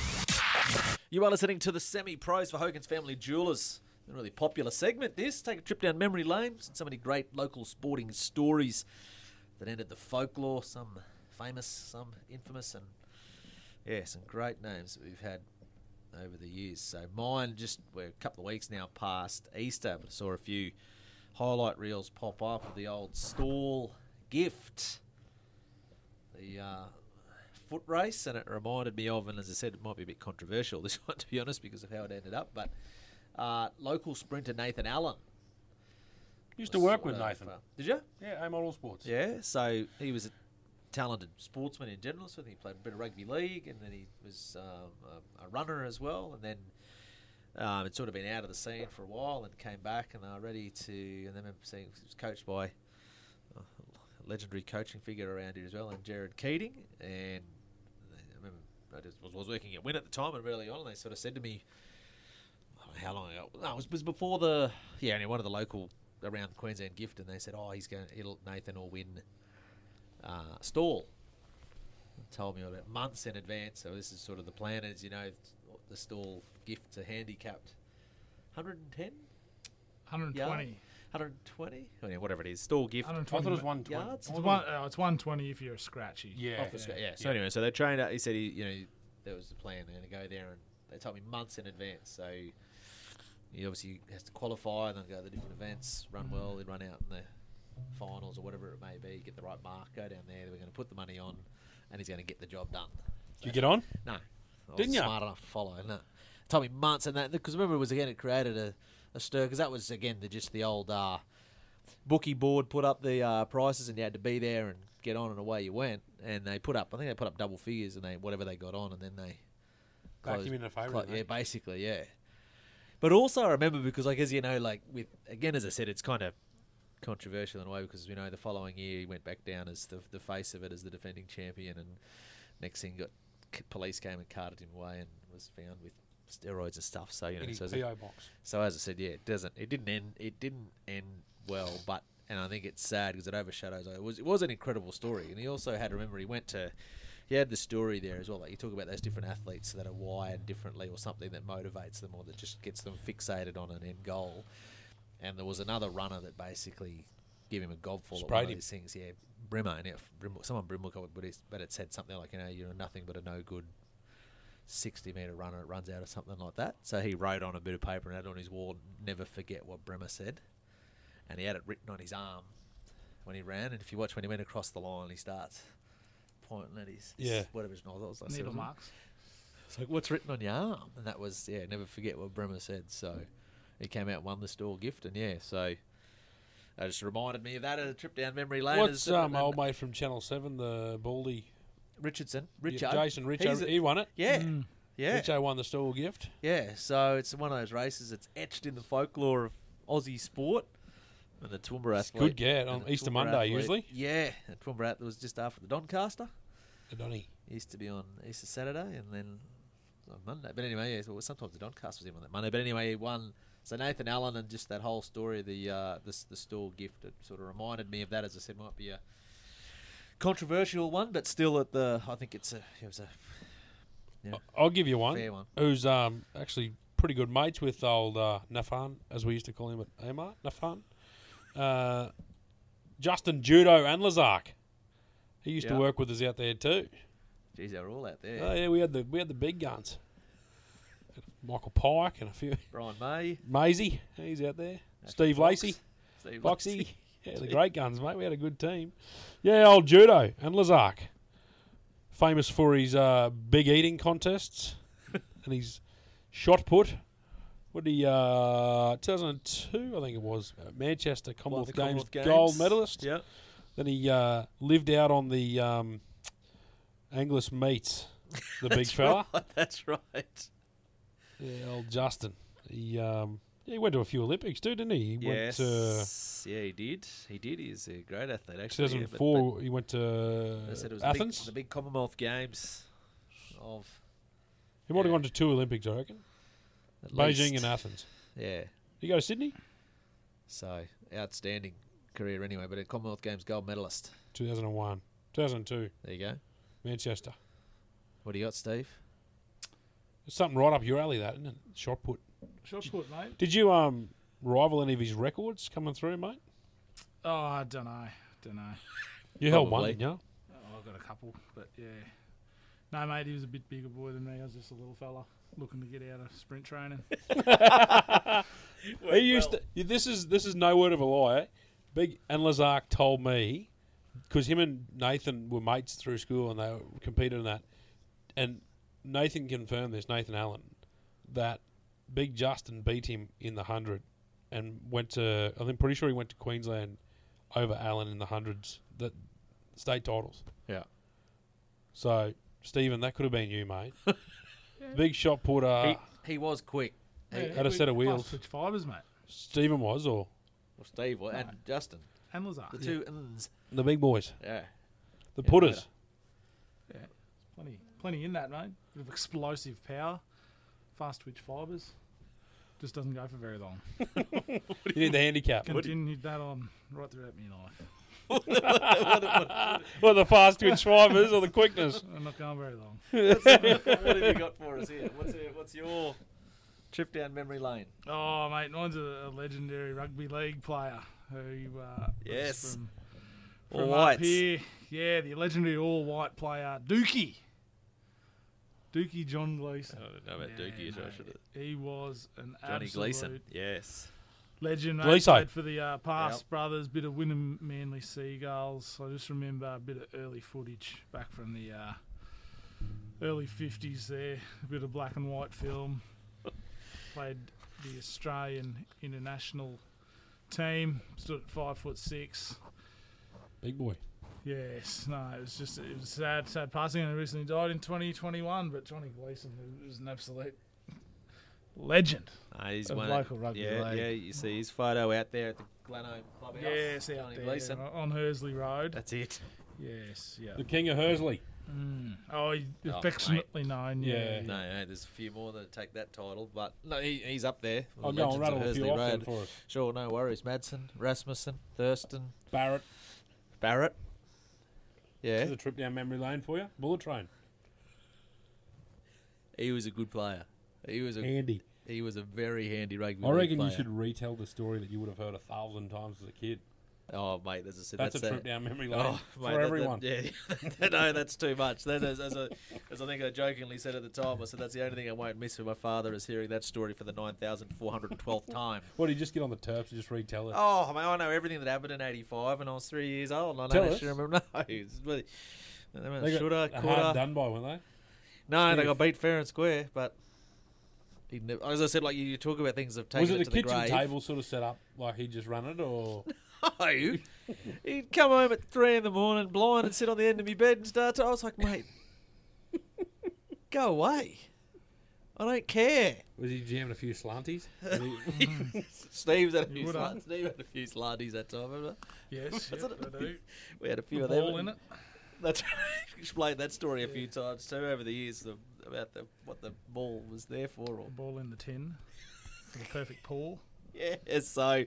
You are listening to the semi pros for Hogan's Family Jewelers. A really popular segment, this. Take a trip down memory lane. Seen So many great local sporting stories that ended the folklore, some famous, some infamous, and yeah, some great names that we've had over the years. So mine, just we're a couple of weeks now past Easter, but I saw a few highlight reels pop up of the old stall gift, the uh, foot race, and it reminded me of, and as I said, it might be a bit controversial this one to be honest because of how it ended up, but uh, local sprinter Nathan Allen.
Used to work with Nathan.
did you?
Yeah, A Model Sports.
Yeah, so he was a talented sportsman in general. So I think he played a bit of rugby league, and then he was um, a, a runner as well. And then um, it's sort of been out of the scene for a while, and came back, and are ready to. And then remember seeing he was coached by a legendary coaching figure around here as well, and Jared Keating. And I remember I just was, was working at Win at the time, and early on, and they sort of said to me, I don't know how long ago? No, it was, was before the yeah, anyway, one of the local around Queensland gift, and they said, "Oh, he's going. It'll, Nathan will win uh, stall." Told me about months in advance. So this is sort of the plan. Is you know the stall gift to handicapped, 110,
120.
120, I mean, whatever it is, stall gift.
120
yards.
It's, one, uh, it's 120 if you're a scratchy.
Off the scra- yeah. So anyway, so they trained. Out, he said he, you know, there was the plan. They're going to go there, and they told me months in advance. So he obviously has to qualify, and then go to the different events, run well, they run out in the finals or whatever it may be, get the right mark, go down there. They were going to put the money on, and he's going to get the job done.
Did you get on?
No, I was
Didn't ya?
Smart enough to follow. No, told me months, and that because remember it was again it created a, a stir because that was again the, just the old. Uh, bookie board put up the uh, prices and you had to be there and get on and away you went. And they put up, I think they put up double figures and they whatever they got on, and then they
Back him in a favour,
clo-
didn't they?
yeah, basically, yeah. But also, I remember because, like as you know, like with again as I said, it's kind of controversial in a way because you know the following year he went back down as the the face of it as the defending champion, and next thing got c- police came and carted him away and was found with steroids and stuff. So you know,
In his
so as
PO
a-
box.
so as I said, yeah, it doesn't. It didn't end. It didn't end well, but and I think it's sad because it overshadows. It was it was an incredible story, and he also had remember he went to. He had the story there as well. Like you talk about those different athletes that are wired differently, or something that motivates them, or that just gets them fixated on an end goal. And there was another runner that basically gave him a gobful at one
Sprayed
of
him.
these things. Yeah, Brimmer, and if Brimble, someone Brimble called it, but it's- but it said something like you know you're nothing but a no good 60 metre runner, it runs out or something like that. So he wrote on a bit of paper and had it on his wall, never forget what Bremer said. And he had it written on his arm when he ran. And if you watch when he went across the line, he starts pointing at his, his
Yeah.
whatever his novel was. I said,
Needle
wasn't it?
marks.
It's like, what's written on your arm? And that was, yeah, never forget what Bremer said. So he came out, and won the store gift, and yeah, so that just reminded me of that, a trip down memory lane.
What's
as-
um,
and-
old mate from Channel 7, the baldy?
Richardson.
Yeah,
Richard.
Jason Richard.
He's a-
He won it. Mm.
Yeah. Yeah.
Richo won the stall gift.
Yeah, so it's one of those races that's etched in the folklore of Aussie sport. And the Toowoomba
It's
athlete.
good, yeah,
and
on
the
Easter
Toowoomba
Monday,
athlete-
usually.
Yeah, the Toowoomba athlete was just after the Doncaster.
The Donny.
Used to be on Easter Saturday and then on Monday. But anyway, yeah, well, sometimes the Doncaster was even on that Monday. But anyway, he won. So Nathan Allen and just that whole story, of the uh, this the store gift, it sort of reminded me of that. As I said, might be a controversial one, but still at the I think it's a it was a
I'll give you one.
Fair one.
Who's um, actually pretty good mates with old uh, Nafan, as we used to call him at AMR. Nafan. Uh, Justin Judo and Lazark. He used
Yeah.
to work with us out there too.
geez, they were all out there.
Oh yeah, we had the we had the big guns. Michael Pike and a few.
Brian May.
Maisie, he's out there. Steve
Fox.
Lacey,
Steve
Boxy.
Lacey.
Yeah, the great guns, mate. We had a good team. Yeah, old Judo and Lazark. Famous for his uh, big eating contests and his shot put. What did he, uh, 2002, I think it was, uh, Manchester Commonwealth,
the
Games,
Commonwealth Games.
gold medalist.
Yeah.
Then he uh, lived out on the um, Anglers meets, the big
That's
fella.
right, that's right.
Yeah, old Justin. He um, yeah, he went to a few Olympics too, didn't he? He
yes.
went uh,
yeah, he did. He did. He's a great athlete,
to
actually. yeah, but-
2004. he went
but I said it
to
was
uh,
The big,
Athens.
the big Commonwealth Games of
he might have gone to two Olympics, I reckon.
At
Beijing
least.
and Athens.
Yeah.
You go to Sydney?
So outstanding career anyway, but a Commonwealth Games gold medalist.
2001, 2002.
There you go.
Manchester.
What do you got, Steve?
It's something right up your alley, that isn't it? Shot put.
Shot put, mate.
Did you um rival any of his records coming through, mate?
Oh, I don't know. Don't know.
You held one, didn't you?
Oh, I've got a couple, but yeah. No, mate, he was a bit bigger boy than me. I was just a little fella looking to get out of sprint training.
he used to. yeah, This is this is no word of a lie. Big and Lazark told me because him and Nathan were mates through school and they were- competed in that. And Nathan confirmed this. Nathan Allen that Big Justin beat him in the hundred and went to. I'm pretty sure he went to Queensland over Allen in the hundreds. That state titles.
Yeah.
So Stephen, that could have been you, mate. Big shot putter.
He, he was quick. He-
Yeah,
Had a
we-
set of
I
wheels.
Switch fibres, mate.
Stephen was, or
Well, Steve wa- and Justin.
And Lazar.
The two N's.
the big boys,
Yeah.
the
Yeah,
putters.
Yeah, plenty, plenty in that, mate. Bit of explosive power, fast twitch fibres. Just doesn't go for very long.
You need the handicap.
Continued that on right throughout my
Well,
life.
the fast twitch fibers or the quickness.
I'm not going very long.
what have you got for us here? What's, your- what's your trip down memory lane?
Oh, mate, mine's a, a legendary rugby league player who uh, was
Yes.
from,
All
from up
whites.
here. Yeah, the legendary all white player Dookie. Dookie John Gleeson.
I don't know about Dookie, so I should have-
He was an
Johnny
absolute
Gleeson. Yes.
Legend, mate.
Gleeso.
Played for the uh, Pass
Yep.
Brothers, bit of Wynnum Manly Seagulls. I just remember a bit of early footage back from the uh, early 50s there, a bit of black and white film. Played the Australian international team, stood at five foot six.
Big boy.
Yes, no, it was just it was sad, sad passing, and he recently died in 2021. But Johnny Gleeson was an absolute legend.
Uh, he's
of
one
local rugby
yeah,
league.
Yeah, you see his photo out there at the Glenholm Clubhouse.
Yes, out
Johnny
there
Gleeson.
on Hersley Road.
That's it.
Yes, yeah.
The king of Hersley.
Mm. Oh, he-
Oh,
affectionately
mate.
known. Yeah.
No, no, there's a few more that take that title, but no, he, he's up there. with
I'll
the
go
legends of
and rattle a few
Hersley
off then
Road.
for us.
Sure, no worries. Madsen, Rasmussen, Thurston,
Barrett.
Barrett.
This
Yeah,
is a trip down memory lane for you. Bullet train.
he was a good player. He was a
Handy.
He was a very handy rugby.
I
league
reckon you
player.
should retell the story that you would have heard a thousand times as a kid.
Oh, mate, there's a
That's a
that- Oh,
trip down memory lane for
that- that-
everyone.
yeah, no, that's too much. That is, as, I- as I think I jokingly said at the time, I said that's the only thing I won't miss with my father is hearing that story for the nine thousand four hundred twelfth time.
What, do you just get on the turf and just retell it?
Oh, I mean, I know everything that happened in '85, and I was three years old, and I
Tell
don't
us.
actually remember. No, it's really, I don't know,
They got
shoulda, coulda.
hard done by, weren't they?
No, they
Stiff.
got beat fair and square, but he never, as I said, like you, you talk about things that have taken
Was it
it
the
to
kitchen
the grave.
table sort of set up like he just run it, or
No, he'd come home at three in the morning, blind, and sit on the end of my bed and start. To, I was like, mate, go away. I don't care.
was he jamming a few slanties?
Steve's had a few
would, huh?
slanties. Steve had a few slanties that time, remember?
Yes,
That's
yep,
it.
I do.
We had a few
The
of them.
ball in it.
That's explained that story a few times too over the years the, about the what the ball was there for. Or
Ball in the tin. for The perfect paw.
yeah, so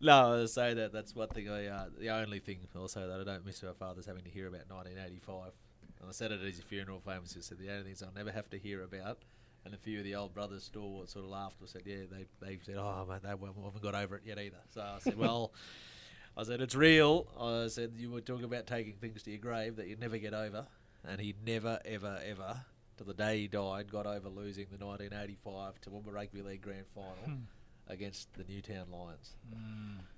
no, I say that that's one thing. I uh, the only thing also that I don't miss about my father's having to hear about 1985. And I said it at his funeral famously. I said the only things I'll never have to hear about. And a few of the old brothers stalwarts sort of laughed and said, "Yeah, they, they said, oh mate, they haven't got over it yet either." So I said, "Well." I said, it's real. I said, you were talking about taking things to your grave that you never get over. And he never, ever, ever, to the day he died, got over losing the 1985 Toowoomba Rugby League Grand Final
Hmm.
against the Newtown Lions.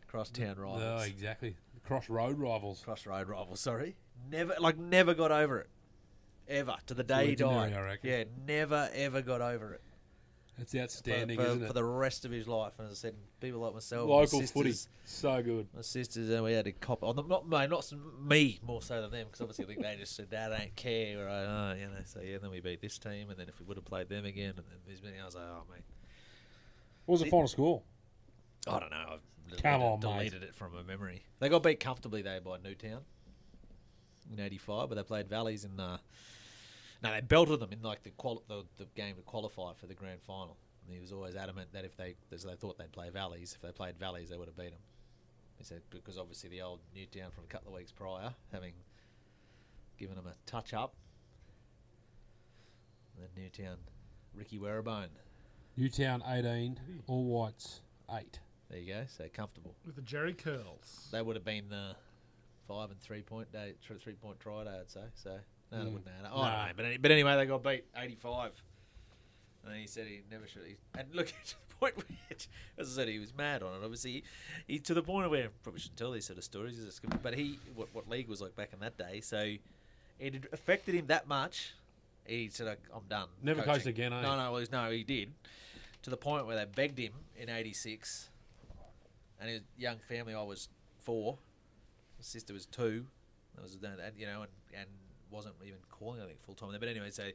Crosstown rivals.
No, exactly. Crossroad Oh, rivals.
Crossroad rivals, sorry. Never, like, never got over it. Ever. To the day he
legendary,
died.
I reckon.
Yeah, never, ever got over it.
That's outstanding,
for, for,
isn't it?
for the rest of his life. And as I said, people like myself, my
Local footy,
sisters-
so good.
my sisters and we had a cop on them. Not mate, not s- me more so than them because obviously I think they just said "Dad, I don't care. Or, oh, you know, so yeah. Then we beat this team, and then if we would have played them again, and then there's many. I was like, oh mate,
What was the final score?
I don't know. I've
Come
deleted-
on, mate.
deleted it from my memory. They got beat comfortably though by Newtown in '85, but they played Valleys in. Uh, no, they belted them in like the quali- the, the game to qualify for the grand final. And he was always adamant that if they, as they thought they'd play Valleys, if they played Valleys, they would have beat them. He said because obviously the old Newtown from a couple of weeks prior, having given them a touch up, the Newtown Ricky Werribone.
Newtown 18, All Whites 8.
There you go. So comfortable.
With the Jerry curls.
They would have been the five and three point day, tr- three point try day, I'd say. So no, they
Mm.
wouldn't add up. Oh,
No.
no, but any, but anyway, they got beat eighty five. And he said he never should. He, and look, to the point where, as I said, he was mad on it. Obviously, he, he to the point where probably shouldn't tell these sort of stories. it's good, But he, what, what league was like back in that day, so it had affected him that much. He said, "Like, "I'm done."
Never
coaching."
coached again, eh?
No, no, well, he's- no, he did. To the point where they begged him in '86, and his young family. I was four, my sister was two. That was and, you know, and, and wasn't even calling I think full time there. But anyway, so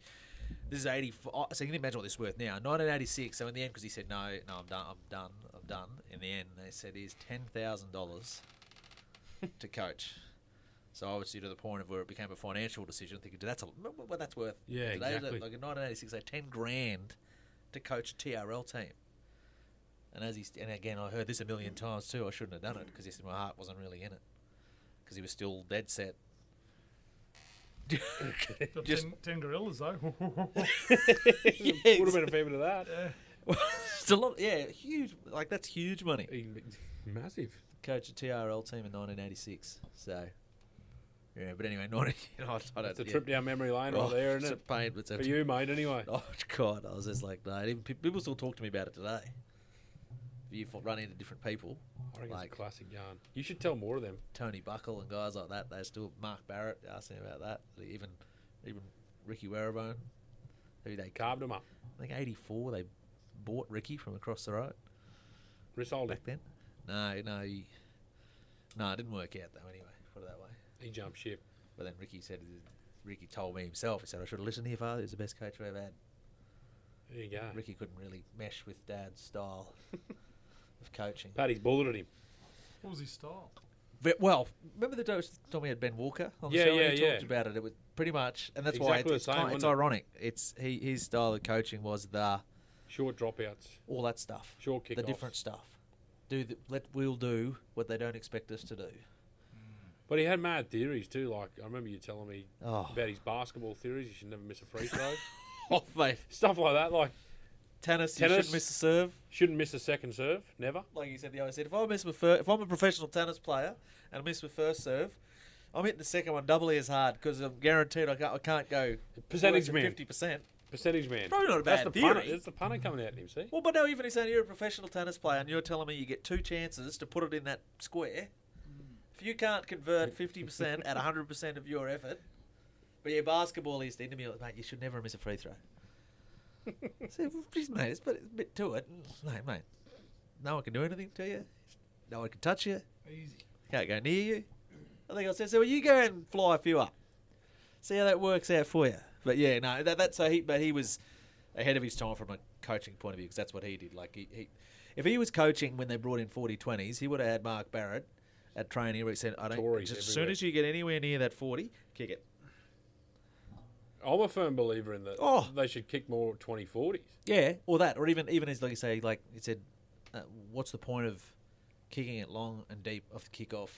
this is eighty four. So you can imagine what this is worth now. Nineteen eighty six. So in the end, because he said no, no, I'm done, I'm done, I'm done. In the end, they said here's ten thousand dollars to coach. So obviously to the point of where it became a financial decision, thinking that's a, well, that's worth
Yeah,
today, is it?
exactly.
Like in nineteen eighty six, they had ten grand to coach a TRL team. And as he st- and again, I heard this a million times too. I shouldn't have done it because he said my heart wasn't really in it because he was still dead set.
Got
Just-
ten, ten gorillas though.
Would have been a fair bit of that.
it's a lot, yeah, huge. Like that's huge money.
Massive.
Coach a TRL team in 1986. So, yeah. But anyway, 90. I don't,
It's a
yeah.
trip down memory lane right
Oh,
there, isn't
it's a
it?
pain, but it's a-
For you, mate, anyway.
Oh God, I was just like, no. Even pe- people still talk to me about it today. You fo- run into different people.
I reckon it's a
classic yarn.
You should tell more of them.
Tony Buckle and guys like that. They still Mark Barrett asked me about that. Even even Ricky Warabone, who they
carved him up.
I think '84 they bought Ricky from across the road.
Risold
back then. No, no, he, no, it didn't work out though. Anyway, put it that way.
He jumped ship.
But then Ricky said, Ricky told me himself. He said I should have listened to your father. He was the best coach I ever had.
There you go.
Ricky couldn't really mesh with Dad's style of coaching.
Paddy's bulleted him.
What was his style?
Ve- Well, remember the dose time we had Ben Walker on the
Yeah,
show?
yeah,
and he talked
yeah.
about it. It was pretty much, and that's why
Exactly
it's,
the
it's,
same,
ki- it's
wasn't it?
ironic. It's he, his style of coaching was the
short dropouts,
all that stuff,
short
the
kickoffs.
different stuff. Do the, let we'll do what they don't expect us to do.
But he had mad theories too. Like I remember you telling me
Oh.
about his basketball theories. You should never miss a free throw.
oh, mate.
Stuff like that. Like
tennis, you shouldn't miss a serve.
Shouldn't miss a second serve. Never.
Like you said, the other said, if I miss my first, if I'm a professional tennis player and I miss my first serve, I'm hitting the second one doubly as hard because I'm guaranteed I can't, I can't go
Percentage man.
fifty percent.
Percentage man.
Probably not a
That's
bad
the punter-
theory.
That's the punter coming out in him. See.
Well, but no, even if saying you're a professional tennis player and you're telling me you get two chances to put it in that square, if you can't convert fifty percent at hundred percent of your effort, but your basketball is the enemy, mate, you should never miss a free throw. See, geez, mate, it's a bit, it's a bit to it, mate, mate. No one can do anything to you. No one can touch you.
Easy.
Can't go near you. I think I said, so well, you go and fly a few up. See how that works out for you. But yeah, no, that, that's so he, but he was ahead of his time from a coaching point of view because that's what he did. Like he, he, if he was coaching when they brought in 40-20s, he would have had Mark Barrett at training where he said, I don't.
Tories
just as
everywhere.
soon as you get anywhere near that forty, kick it.
I'm a firm believer in that.
Oh.
They should kick more 2040s.
Yeah, or that, or even even as like you say, like you said, uh, what's the point of kicking it long and deep off the kickoff?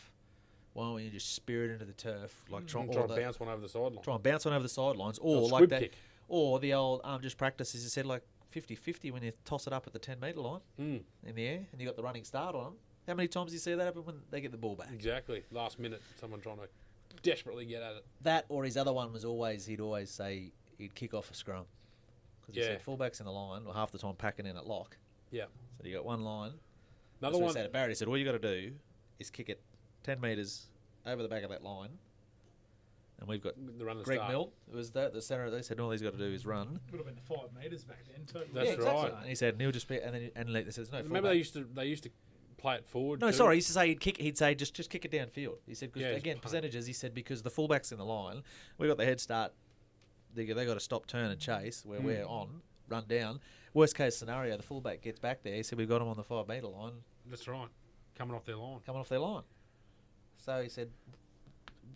Why don't you just spear it into the turf, like try,
Mm. and
or
try and
the-
bounce one over the sideline.
try and bounce one over the sidelines, or
Or
like
squib
that,
kick.
or the old um, just practice as you said, like 50-50 when you toss it up at the ten metre line
Mm.
in the air, and you got the running start on them. How many times do you see that happen when they get the ball back?
Exactly. Last minute, someone trying to desperately get at it.
That or his other one was always he'd always say he'd kick off a scrum because he
Yeah.
said fullbacks in the line or half the time packing in at lock.
Yeah.
So you got one line.
Another
That's what
one-
He said to Barrett, he said all you got to do is kick it ten meters over the back of that line, and we've got
The run to
Greg
start.
Mill who was the, the center. They said all he's got to do is run.
Would have been five metres back then too.
Yeah, exactly. And he said Neil just be, and then and they said there's no.
Remember
fullback."
they used to they used to play it forward.
No,
too?
sorry. He used to say he'd kick. He'd say just just kick it downfield. He said because
Yeah, just
again
punt.
percentages. He said because the fullbacks in the line, we got the head start. They they got to stop, turn, and chase where
Mm.
we're on, run down. Worst case scenario, the fullback gets back there. He said we've got him on the five meter line,
That's right. Coming off their line.
coming off their line. So he said,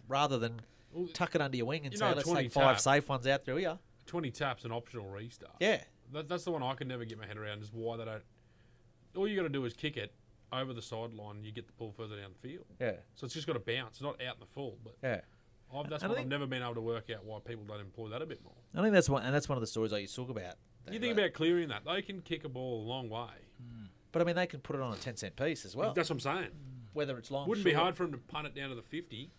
rather than tuck it under your wing and
you
say
know,
let's
20
take five
tap.
safe ones out through here.
Twenty taps an optional restart.
Yeah.
That, that's the one I can never get my head around is why they don't. All you got to do is kick it over the sideline. You get the ball further down the field.
Yeah.
So it's just got to bounce, not out in the full. But
Yeah.
I've, that's
And I
what I've
think-
never been able to work out why people don't employ that a bit more.
I think that's one, and that's one of the stories I used to talk about.
you think about clearing that. They can kick a ball a long way.
But I mean, they can put it on a ten cent piece as well.
That's what I'm saying.
Whether it's long,
Wouldn't be hard for them to punt it down to the 50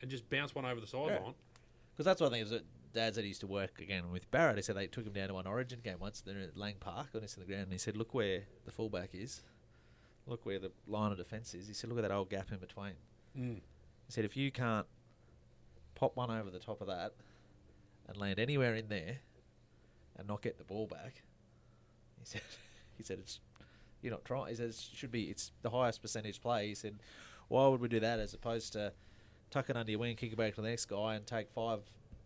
and just bounce one over the sideline.
because that's what I think is that dads that used to work again with Barrett. He said they took him down to one Origin game once. They're at Lang Park on this in the ground, and he said, "Look where the fullback is. Look where the line of defence is." He said, "Look at that old gap in between."
Mm.
He said, if you can't pop one over the top of that and land anywhere in there and not get the ball back, he said, he said it's you're not trying. He said it should be it's the highest percentage play. He said, why would we do that as opposed to tucking under your wing, kicking back to the next guy and take five,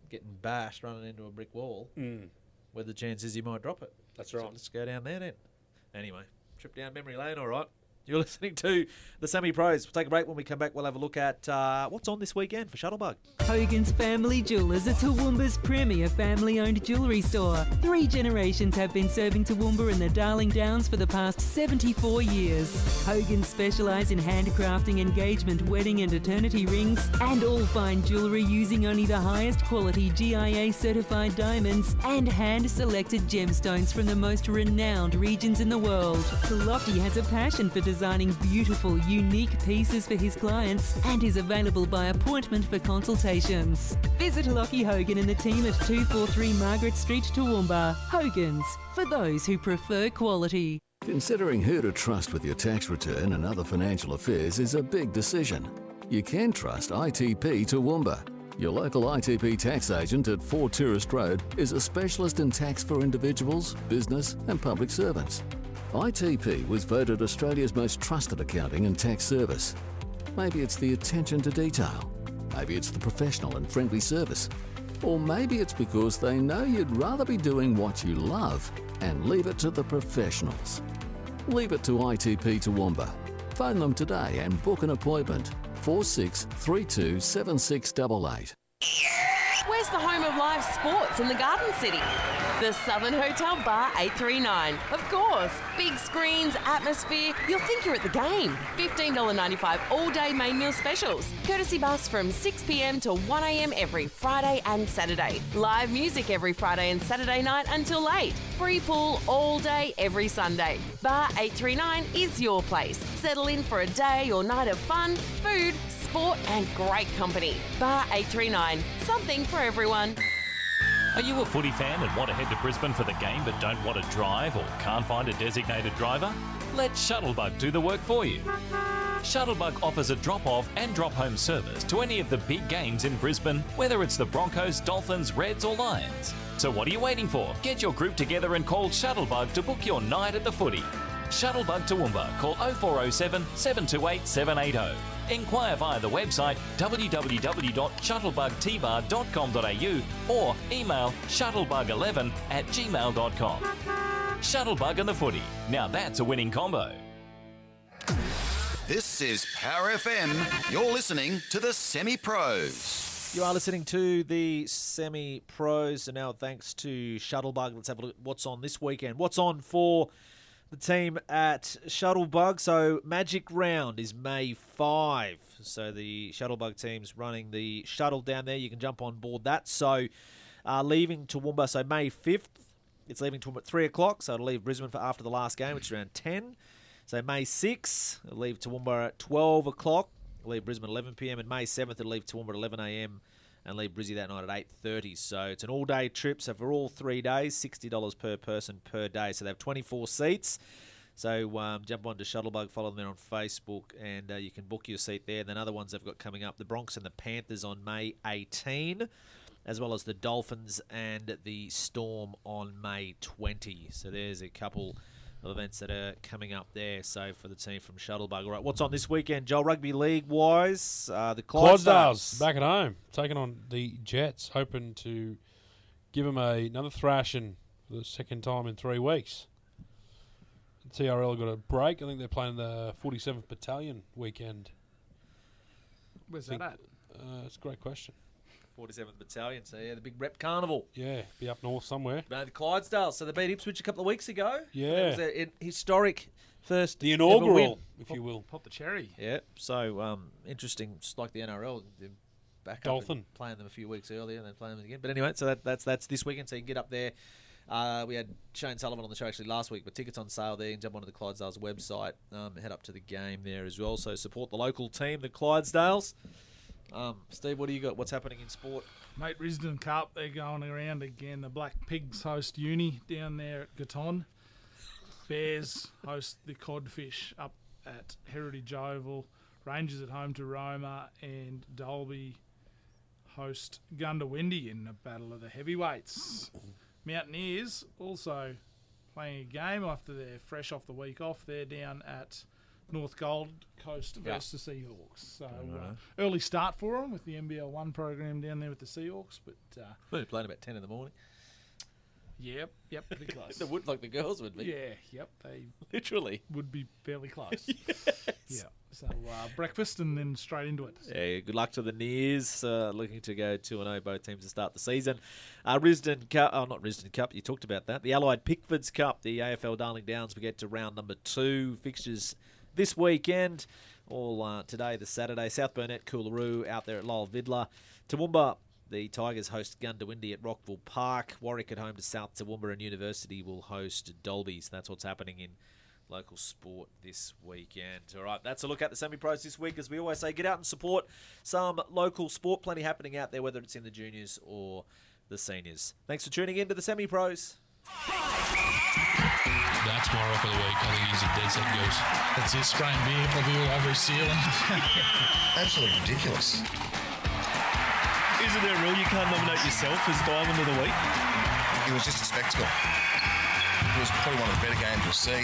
getting bashed, running into a brick wall,
Mm.
where the chance is you might drop it.
That's
right. let's go down there then. Anyway, trip down memory lane. All right. You're listening to the Semi Pros. We'll take a break. When we come back, we'll have a look at uh, what's on this weekend for Shuttlebug.
Hogan's Family Jewelers are Toowoomba's premier family owned jewellery store. Three generations have been serving Toowoomba and the Darling Downs for the past 74 years. Hogan's specialise in handcrafting, engagement, wedding, and eternity rings, and all fine jewellery using only the highest quality GIA certified diamonds and hand selected gemstones from the most renowned regions in the world. Lofty has a passion for designing beautiful, unique pieces for his clients and is available by appointment for consultations. Visit Lockie Hogan and the team at 243 Margaret Street, Toowoomba. Hogan's, for those who prefer quality.
Considering who to trust with your tax return and other financial affairs is a big decision. You can trust ITP Toowoomba. Your local ITP tax agent at 4 Tourist Road is a specialist in tax for individuals, business, and public servants. ITP was voted Australia's most trusted accounting and tax service. Maybe it's the attention to detail. Maybe it's the professional and friendly service. Or maybe it's because they know you'd rather be doing what you love and leave it to the professionals. Leave it to ITP Toowoomba. Phone them today and book an appointment 4632 7688.
Where's the home of live sports in the Garden City? The Southern Hotel Bar 839. Of course, big screens, atmosphere, you'll think you're at the game. $15.95 all day main meal specials. Courtesy bus from 6pm to 1am every Friday and Saturday. Live music every Friday and Saturday night until late. Free pool all day every Sunday. Bar 839 is your place. Settle in for a day or night of fun, food, sport, and great company. Bar 839, something for everyone.
Are you a footy fan and want to head to Brisbane for the game but don't want to drive or can't find a designated driver? Let Shuttlebug do the work for you. Shuttlebug offers a drop off and drop home service to any of the big games in Brisbane, whether it's the Broncos, Dolphins, Reds, or Lions. So what are you waiting for? Get your group together and call Shuttlebug to book your night at the footy. Shuttlebug Toowoomba, call 0407 728 780. oh. Inquire via the website www.shuttlebugtbar.com.au or email shuttlebug11 at gmail.com. Shuttlebug and the footy. Now that's a winning combo.
This is Power FM. You're listening to the Semi Pros.
You are listening to the Semi Pros, and now thanks to Shuttlebug. Let's have a look at what's on this weekend. What's on for the team at Shuttlebug? So, Magic Round is May 5. So, the Shuttlebug team's running the shuttle down there. You can jump on board that. So, uh, leaving Toowoomba, so May 5th. It's leaving Toowoomba at 3 o'clock, so it'll leave Brisbane for after the last game, which is around 10. So, May 6th, it'll leave Toowoomba at 12 o'clock. It'll leave Brisbane at 11 p.m. and May 7th it'll leave Toowoomba at 11 a.m. and leave Brizzy that night at 8:30. So it's an all-day trip. So for all three days, $60 per person per day. So they have 24 seats. So um, jump onto Shuttlebug, follow them there on Facebook, and uh, you can book your seat there. And then other ones they've got coming up: the Bronx and the Panthers on May 18, as well as the Dolphins and the Storm on May 20. So there's a couple of events that are coming up there. So for the team from Shuttlebug, all right, what's on this weekend, Joel? Rugby league wise, uh, the Clydesdales.
Clydesdales back at home, taking on the Jets, hoping to give them a, another thrashing for the second time in three weeks. TRL got a break. I think they're playing the 47th Battalion weekend.
Where's
I
that at?
Uh, that's a great question.
47th Battalion. So, yeah, the big rep carnival.
Yeah, be up north somewhere.
No, the Clydesdales. So they beat Ipswich a couple of weeks ago.
Yeah.
It was uh, a, an historic first.
The
ever
inaugural,
win.
if you will.
Pop the cherry.
Yeah. So um, interesting, just like the NRL, they're back up
Dolphin.
and playing them a few weeks earlier and then playing them again. But anyway, so that, that's that's this weekend. So you can get up there. Uh, we had Shane Sullivan on the show actually last week, but tickets on sale there. You can jump onto the Clydesdales website, um, head up to the game there as well. So support the local team, the Clydesdales. Um, Steve, what do you got? What's happening in sport?
Mate, Risdon Cup, they're going around again. The Black Pigs host uni down there at Gatton. Bears host the Codfish up at Heritage Oval. Rangers at home to Roma and Dolby host Gundawindi in the Battle of the Heavyweights. Mountaineers also playing a game after they're fresh off the week off. They're down at North Gold Coast
Yeah.
versus the Seahawks. So uh,
Alright.
early start for them with the NBL One program down there with the Seahawks. But uh,
We're playing about ten in the morning.
yep, yep, pretty close.
They would like the girls would be.
Yeah, yep, they
Literally.
would be fairly close. Yeah. So uh, breakfast and then straight into it.
Yeah, good luck to the Nears. Uh, looking to go 2 0 both teams to start the season. Uh, Risdon Cup, oh, not Risdon Cup, you talked about that. The Allied Pickfords Cup, the AFL Darling Downs, we get to round number two. Fixtures this weekend, all uh, today, the Saturday. South Burnett, Coolaroo out there at Lowell Vidler. Toowoomba, the Tigers host Gundawindi at Rockville Park. Warwick at home to South Toowoomba, and University will host Dolby. So that's what's happening in local sport this weekend. All right, that's a look at the semi pros this week. As we always say, get out and support some local sport. Plenty happening out there, whether it's in the juniors or the seniors. Thanks for tuning in to the semi pros.
That's my rock of the week. I think he's a dead set goose.
That's the Australian beer, probably all over his ceiling.
Absolutely ridiculous.
Isn't there a rule you can't nominate yourself as Diamond of the Week?
It was just a spectacle. It was probably one of the better games you'll see.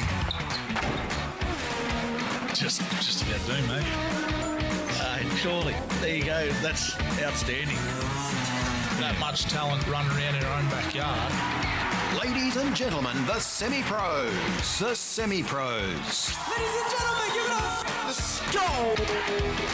Just, just about doomed, mate.
eh?
Uh, surely. There you go. That's outstanding. That much talent running around in our own backyard.
Ladies and gentlemen, the semi pros. The semi pros.
Ladies and gentlemen, give it up. Let's go.